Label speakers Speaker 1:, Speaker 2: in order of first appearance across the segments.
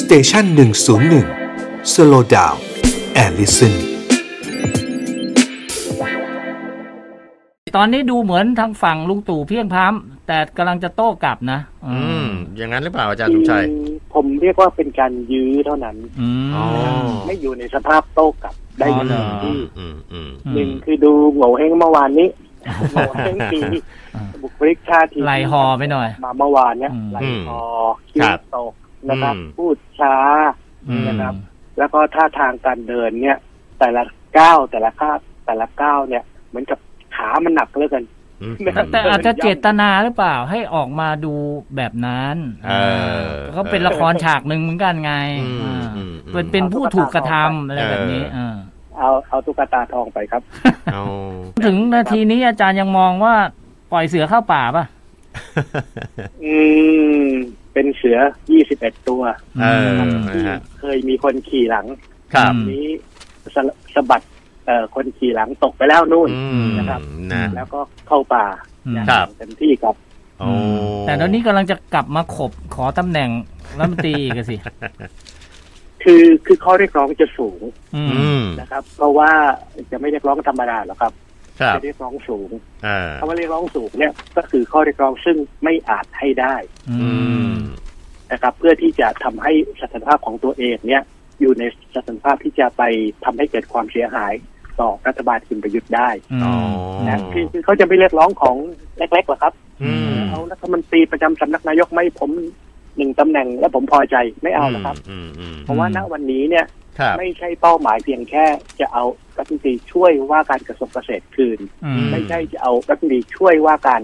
Speaker 1: สเตชันหนึ่งศูนย์หนึ่งสโลดาวแอลลิสัน
Speaker 2: ตอนนี้ดูเหมือนทางฝั่งลุงตู่เพลียงพล้ามแต่กำลังจะโต้กลับนะ
Speaker 3: อืม อย่างนั้นหรือเปล่าอาจารย์สมชัย
Speaker 4: อืมผมเรียกว่าเป็นการยื้อเท่านั้น
Speaker 2: อืม
Speaker 3: อ๋อ
Speaker 4: ไม่อยู่ในสภาพโต้กลับได้
Speaker 2: อ๋อเหรอ
Speaker 3: อื
Speaker 4: ดี
Speaker 3: มอืม
Speaker 2: อืม
Speaker 4: หนึ่งคือดูโง่เฮงเมื่อวานนี้โง่เฮงปีบุคลิกชาติ
Speaker 2: ไหลหอไปหน่อย
Speaker 4: มาเมื่อวานเนี่ย
Speaker 2: อืม
Speaker 4: ไหลหอคิ้วตกนะครับ
Speaker 3: อืม
Speaker 4: พูดช้า
Speaker 2: อืม
Speaker 4: นะครับ แล้วก็ท่าทางการเดินเนี่ย แต่ละก้าวแต่ละก้าวแต่ละก้าวเนี่ย เหมือนกับขามันหนักเหลือเกิน
Speaker 3: อืม
Speaker 4: แต่
Speaker 2: แต่อาจจะเจตนาหรือเปล่าให้ออกมาดูแบบนั้น
Speaker 3: เออ
Speaker 2: ก็เป็นละครฉากหนึ่งเหมือนกันไง
Speaker 3: อืม
Speaker 2: อ่า
Speaker 3: อืมอืม
Speaker 2: เป็นเป็นผู้ถูกกระทำอะไรแบบนี้อ่า
Speaker 4: เอาเอาตุ๊กตาทองไปครับ
Speaker 3: เอา
Speaker 2: ถึงนาทีนี้อาจารย์ยังมองว่าปล่อยเสือเข้าป่าป่ะ
Speaker 4: อืม เป็นเสือยี่สิบเอ็ดตัว
Speaker 3: เออ
Speaker 2: ม
Speaker 3: นะฮะ
Speaker 4: เคยมีคนขี่หลัง
Speaker 3: ครับ
Speaker 2: อืม
Speaker 4: นี้สะสะบัดเอ่อคนขี่หลังตกไปแล้วนู่น
Speaker 3: อืม
Speaker 4: นะครับ
Speaker 3: นะ
Speaker 4: แล้วก็เข้าป่าอย่าง
Speaker 3: ครับ
Speaker 4: เต็มที่ครับ
Speaker 3: โอ้
Speaker 2: แต่ตอนนี้กำลังจะกลับมาขบขอตำแหน่งรัฐมนตรีอีกันสิ
Speaker 4: คือคือข้อเรียกร้องจะสูง
Speaker 2: อืม
Speaker 3: อืม
Speaker 4: นะครับ เพราะว่าจะไม่เรียกร้องธรรมดาหรอกครับ
Speaker 3: ครับ
Speaker 4: จะเรียกร้องสูง
Speaker 3: เออ
Speaker 4: คำว่าเรียกร้องสูงเนี่ย ก็คือข้อเรียกร้องซึ่งไม่อาจให้ได้
Speaker 2: อื
Speaker 3: อื
Speaker 2: ม
Speaker 3: ม
Speaker 4: นะครับ เพื่อที่จะทำให้สถานภาพของตัวเองเนี่ย อยู่ในสถานภาพที่จะไปทำให้เกิดความเสียหายต่อรัฐบาลคุณประยุทธ์ได้
Speaker 3: อ๋อ
Speaker 4: นะคือคือเขาจะไม่เรียกร้องของเล็กๆหรอกครับ
Speaker 3: อืม
Speaker 4: เอารัฐมนตรีประจำสำนักนายกไม่ผมหนึ่งตำแหน่งแล้วผมพอใจไม่เอานะครับ
Speaker 3: อืมอืม
Speaker 4: เพราะว่าณวันนี้เนี่ย
Speaker 3: ครับ
Speaker 4: ไม่ใช่เป้าหมายเพียงแค่จะเอารัฐมนตรีช่วยว่าการกระทรวงเกษตรคืน
Speaker 2: อื
Speaker 3: ม
Speaker 4: ไม่ใช่จะเอารัฐมนตรีช่วยว่าการ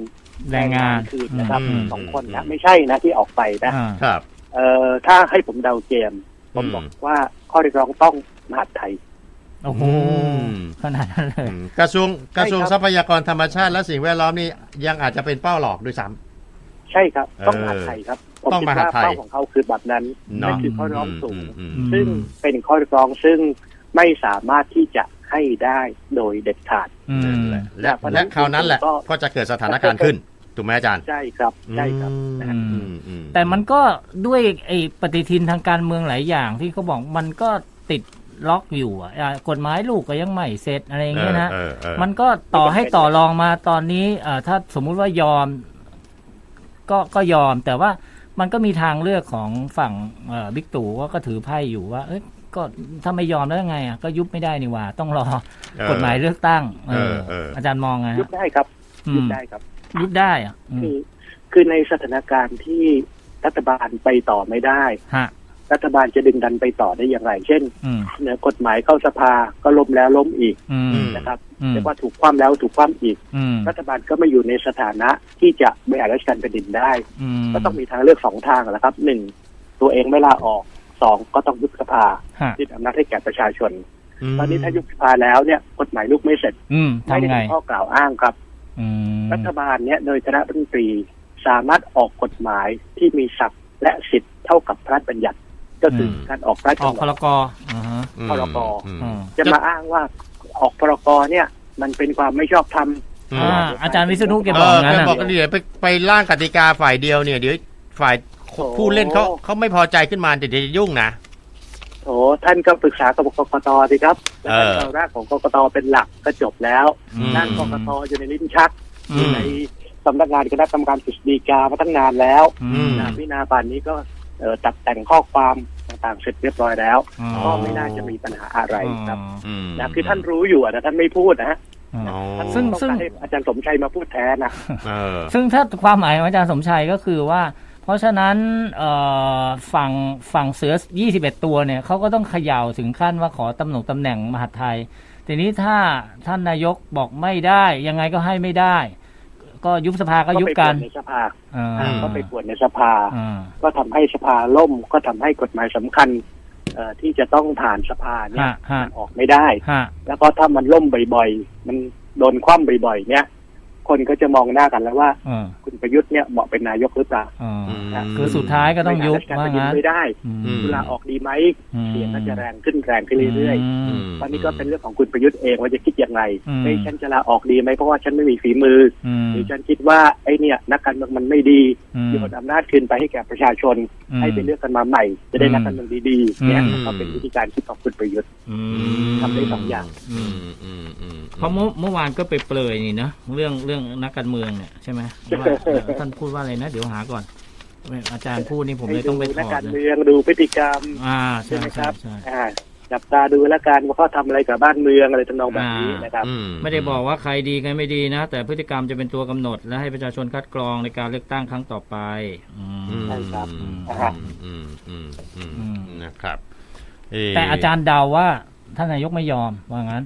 Speaker 2: แรงงาน
Speaker 4: คืนนะครับ
Speaker 3: อืม
Speaker 4: สองคนนะไม่ใช่นะที่ออกไปนะ
Speaker 2: อ่า
Speaker 3: ครับ
Speaker 4: เอ่อถ้าให้ผมเดาเกมผมบอกว่าข้อเรียกร้องต้องมหาดไทย
Speaker 2: โอ้โห
Speaker 3: อืม
Speaker 2: ขนาดนั้นเลย
Speaker 3: อืมกระทรวงกระทรวงท
Speaker 4: ใช่ครับ
Speaker 3: รัพยากรธรรมชาติและสิ่งแวดล้อมนี่ยังอาจจะเป็นเป้าหลอกด้วยซ้
Speaker 4: ใช่ครับ ต้อง
Speaker 3: เออ
Speaker 4: มหาดไทยครับผม
Speaker 3: ต้อง
Speaker 4: คิด
Speaker 3: มหาด
Speaker 4: ว่า
Speaker 3: ไทย
Speaker 4: เป้าของเขาคือแบบนั้น
Speaker 3: ำ
Speaker 4: นั่
Speaker 3: เนาะ
Speaker 4: นคือข้อเรียกร้องสูง
Speaker 3: อืม
Speaker 2: อืม
Speaker 4: ซึ่งเป็นข้อเรียกร้องซึ่งไม่สามารถที่จะให้ได้โดยเด็ดขาด
Speaker 2: อื
Speaker 3: อื
Speaker 2: ม
Speaker 3: มและและและคราวนั้นแหละ ก็จะเกิดสถานการณ์ขึ้น ถูกไหมอาจารย์
Speaker 4: ใช่ครับใช่ครับ
Speaker 3: อืมอืม
Speaker 2: แต่มันก็ด้วยไอ้ปฏิทินทางการเมืองหลายอย่างที่เขาบอกมันก็ติดล็อกอยู่อะอ่ากฎหมายลูกก็ยังไม่เสร็จอะไรอย่างเงี้ยนะ
Speaker 3: เออเออเออ
Speaker 2: มันก็ต่อ
Speaker 4: ไม่จำเป็น
Speaker 2: ให้ต่อรองมาตอนนี้เอ่อถ้าสมมุติว่ายอม ก็ก็ยอม แต่ว่ามันก็มีทางเลือกของฝั่งเอ่อบิ๊กตู่ว่าก็ถือไพ่อยู่ว่า เอ้ยก็ถ้าไม่ยอมแล้วยังไงอ่ะก็ยุบไม่ได้นี่หว่า ต้องรอ
Speaker 3: เออ
Speaker 2: กฎหมายเลือกตั้งเออ
Speaker 3: เออเอออ
Speaker 2: จารย์มองไงฮะ
Speaker 4: ยุบได้ครับ
Speaker 2: อื
Speaker 4: ยุ
Speaker 2: ม
Speaker 4: บได้ครับ
Speaker 2: ยุบได้อ่ะอืม
Speaker 4: คือคือในสถานการณ์ที่รัฐบาลไปต่อไม่ได้
Speaker 2: ฮะ
Speaker 4: รัฐบาลจะดึงดันไปต่อได้อย่างไร เช่น
Speaker 2: อืม
Speaker 4: เสนอกฎหมายเข้าสภาก็ล้มแล้วล้มอีก
Speaker 2: อืม
Speaker 4: นะครับ
Speaker 2: อืม
Speaker 4: เรียกว่าถูกคว่ำแล้วถูกคว่ำอีก
Speaker 2: อืม
Speaker 4: รัฐบาลก็ไม่อยู่ในสถานะที่จะบริหารราชการแผ่นดินได้
Speaker 2: อืม
Speaker 4: ก็ต้องมีทางเลือกสองทางแหละครับหนึ่งตัวเองไม่ลาออกสองก็ต้องยุบสภา
Speaker 2: ฮะ
Speaker 4: ยึดอำนาจให้แก่ประชาชน
Speaker 3: ม
Speaker 4: ตอนนี้ถ้ายุบสภาแล้วเนี่ยกฎหมายลูกไม่เสร็จ
Speaker 2: อืม
Speaker 4: ไม่ได้
Speaker 2: ทำไง
Speaker 4: เป็นข้อกล่าวอ้างครับ
Speaker 2: อืม
Speaker 4: รัฐบาลเนี่ยโดยคณะรัฐมนตรีสามารถออกกฎหมายที่มีศักดิ์และสิทธิ์เท่ากับพระราชบัญญัติ ก็คือการออกพระราช
Speaker 2: ออกพ
Speaker 4: บัญ
Speaker 2: ล
Speaker 4: ญัติ
Speaker 2: กอ่าฮะ
Speaker 3: อืม
Speaker 4: พรบ
Speaker 3: อืม
Speaker 2: อืม
Speaker 4: จะมาอ้างว่าออกพรกรเนี่ย มันเป็นความไม่ชอบธรรม
Speaker 3: อื
Speaker 2: อ่ามอาจารย์วิษณุแก
Speaker 3: เอ
Speaker 2: บอก
Speaker 3: อ
Speaker 2: งั้น
Speaker 3: แก
Speaker 2: อ่ะ
Speaker 3: บอกเดี๋ยวไปไปร่างกติกาฝ่ายเดียวเนี่ยเดี๋ยวฝ่ายผู้เล่นเขาเขาไม่พอใจขึ้นมาเดี๋ยวจะยุ่งนะ
Speaker 4: โถท่านก็ปรึกษากับกกตสิครับ แล้ว
Speaker 3: เออ
Speaker 4: ท่านเอาร่างของกกตเป็นหลักก็จบแล้ว
Speaker 3: อืม
Speaker 4: ร่างกกตอยู่ในลิ้นชัก
Speaker 2: อืม
Speaker 4: อยู่ในสำนักงานคณะกรรมการกฤษฎีกามาตั้งนานแล้ว
Speaker 2: อื
Speaker 3: อื
Speaker 2: ม
Speaker 3: ม
Speaker 4: นะพินาบานนี้ก็เอ่อตัดแต่งข้อความต่างๆเสร็จเรียบร้อยแล้ว
Speaker 2: อ๋อ
Speaker 4: ก็ไม่น่าจะมีปัญหาอะไรครับ
Speaker 2: อ๋อ
Speaker 3: อืม
Speaker 4: นะคือท่านรู้อยู่อะแต่ท่านไม่พูดนะ
Speaker 3: อ๋อ
Speaker 4: ท่าน
Speaker 2: ซึ่ง
Speaker 4: ต้องการให้อาจารย์สมชัยมาพูดแทนนะ
Speaker 3: เออ
Speaker 2: ซึ่งถ้าความหมายของอาจารย์สมชัยก็คือว่า เพราะฉะนั้นเอ่อฝั่งฝั่งเสือ 21 ตัวเนี่ยเขาก็ต้องเขย่าถึงขั้นว่าขอตำแหน่งตำแหน่งมหาดไทย ทีนี้ถ้าท่านนายกบอกไม่ได้ ยังไงก็ให้ไม่ได้ ก็ยุบสภาก็ยุบกัน
Speaker 4: ไปวดในสภา
Speaker 2: อ่า
Speaker 3: อืม
Speaker 4: ก็ไปปวดในสภา
Speaker 2: อ่า
Speaker 4: ก็ทำให้สภาล่มก็ทำให้กฎหมายสำคัญเอ่อที่จะต้องผ่านสภาเนี่ย
Speaker 2: ฮะฮะ
Speaker 4: มันออกไม่ได้
Speaker 2: ฮะ
Speaker 4: แล้วก็ถ้ามันล่มบ่อยๆ มันโดนคว่ำบ่อยๆ เนี่ย คนก็จะมองหน้ากันแล้วว่า
Speaker 2: เออ
Speaker 4: คุณประยุทธ์เนี่ยเหมาะเป็นนายกหรือเปล่า
Speaker 2: เอออ
Speaker 3: ม
Speaker 2: คือสุดท้ายก็ต้องยุบ
Speaker 4: ไม่
Speaker 2: ว่า
Speaker 4: งั้นราชการแผ่นดิน
Speaker 2: งั้น
Speaker 4: ไม่ได้
Speaker 2: อืม
Speaker 3: อืม
Speaker 4: ลาออกดีไหม
Speaker 2: อืม
Speaker 4: เสียงน่าจะแรงขึ้นแรงขึ้นเรื่อยๆ
Speaker 2: อืม
Speaker 4: ตอนนี้ก็เป็นเรื่องของคุณประยุทธ์เองว่าจะคิดยังไง
Speaker 2: อืม
Speaker 4: เฮ้ยฉันจะลาออกดีไหมเพราะว่าฉันไม่มีฝีมือ
Speaker 2: อื
Speaker 4: อ
Speaker 2: ม
Speaker 4: หรือฉันคิดว่าไอ้เนี่ยนักการเมืองมันไม่ดี
Speaker 2: อืม
Speaker 4: โยนอำนาจคืนไปให้แก่ประชาชน
Speaker 2: อืม
Speaker 4: ให้ไปเลือกกันมาใหม่ จะได้นักการเมืองดีๆเนี่ย
Speaker 2: อืม
Speaker 4: ก็เป็นวิธีการคิดของคุณประยุทธ์
Speaker 2: อืม
Speaker 4: ทำได้สองอย่าง
Speaker 2: อืม
Speaker 3: อืมอืมอืม
Speaker 2: เพราะเมื่อเมื่อวานก็ไปเปลยนี่นะเรื่องเรื่องนักการเมืองเนี่ยใช่ไหมว่าเอ่อท่านพูดว่าอะไรนะ เดี๋ยวหาก่อนไม่อาจารย์พูดนี่ผมเลยต้องไป
Speaker 4: ให้
Speaker 2: ถ
Speaker 4: ดูนัก
Speaker 2: อด
Speaker 4: การ
Speaker 2: นะ
Speaker 4: เมืองดูพฤติกรรม
Speaker 2: อ่า
Speaker 4: ใช่
Speaker 2: ใช่
Speaker 4: ไหมค
Speaker 2: ใช่
Speaker 4: รับ
Speaker 2: ใช่
Speaker 4: อ่าจับตาดูแล้วกันว่าเขาทำอะไรกับบ้านเมืองอะไรทำนองแบบนี้
Speaker 2: อ่าน
Speaker 4: นะครับ
Speaker 2: ไม่ได้บอกว่าใครดีใครไม่ดีนะ แต่พฤติกรรมจะเป็นตัวกำหนด และให้ประชาชนคัดกรองในการเลือกตั้งครั้งต่อไปอืม
Speaker 3: อืม
Speaker 4: ใช่ครับ
Speaker 3: อืม
Speaker 4: นะครับ
Speaker 3: อืมอืมอืม
Speaker 2: อืม
Speaker 3: นะครับเ
Speaker 2: แต่อาจารย์เดาว่าท่านนายกไม่ยอมว่างั้น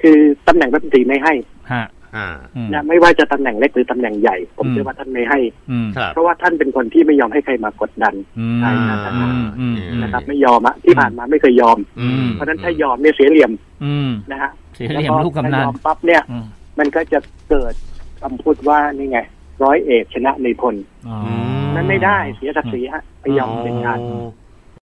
Speaker 4: คือตำแหน่งรัฐมนตรีไม่ให้
Speaker 2: ฮะ
Speaker 3: อ่า
Speaker 2: อืม
Speaker 4: นะไม่ว่าจะตำแหน่งเล็กหรือตำแหน่งใหญ่ ผม
Speaker 2: อืม
Speaker 4: เชื่อว่าท่านไม่ให้
Speaker 2: อืม
Speaker 3: ครับ
Speaker 4: เพราะว่าท่านเป็นคนที่ไม่ยอมให้ใครมากดดัน
Speaker 2: อืม
Speaker 4: ใช่ครับ
Speaker 2: อืมอืมอืม
Speaker 4: นะครับ ไม่ยอมอะที่ผ่านมาไม่เคยยอม
Speaker 2: อืม
Speaker 4: เพราะฉะนั้นถ้ายอมเนี่ยเสียเหลี่ยม
Speaker 2: อืม
Speaker 4: นะฮะ
Speaker 2: เสียเหลี่ยมลูกกำนัน
Speaker 4: แล้วถ้ายอมปั๊บเนี่ย
Speaker 2: อืม
Speaker 4: มันก็จะเกิดคำพูดว่านี่ไง ร้อยเอกชนะในพล
Speaker 2: อ๋อ
Speaker 4: นั่นไม่ได้เสียศักดิ์ศรีฮะไม่ยอม
Speaker 3: อ๋อ
Speaker 4: เป็นการ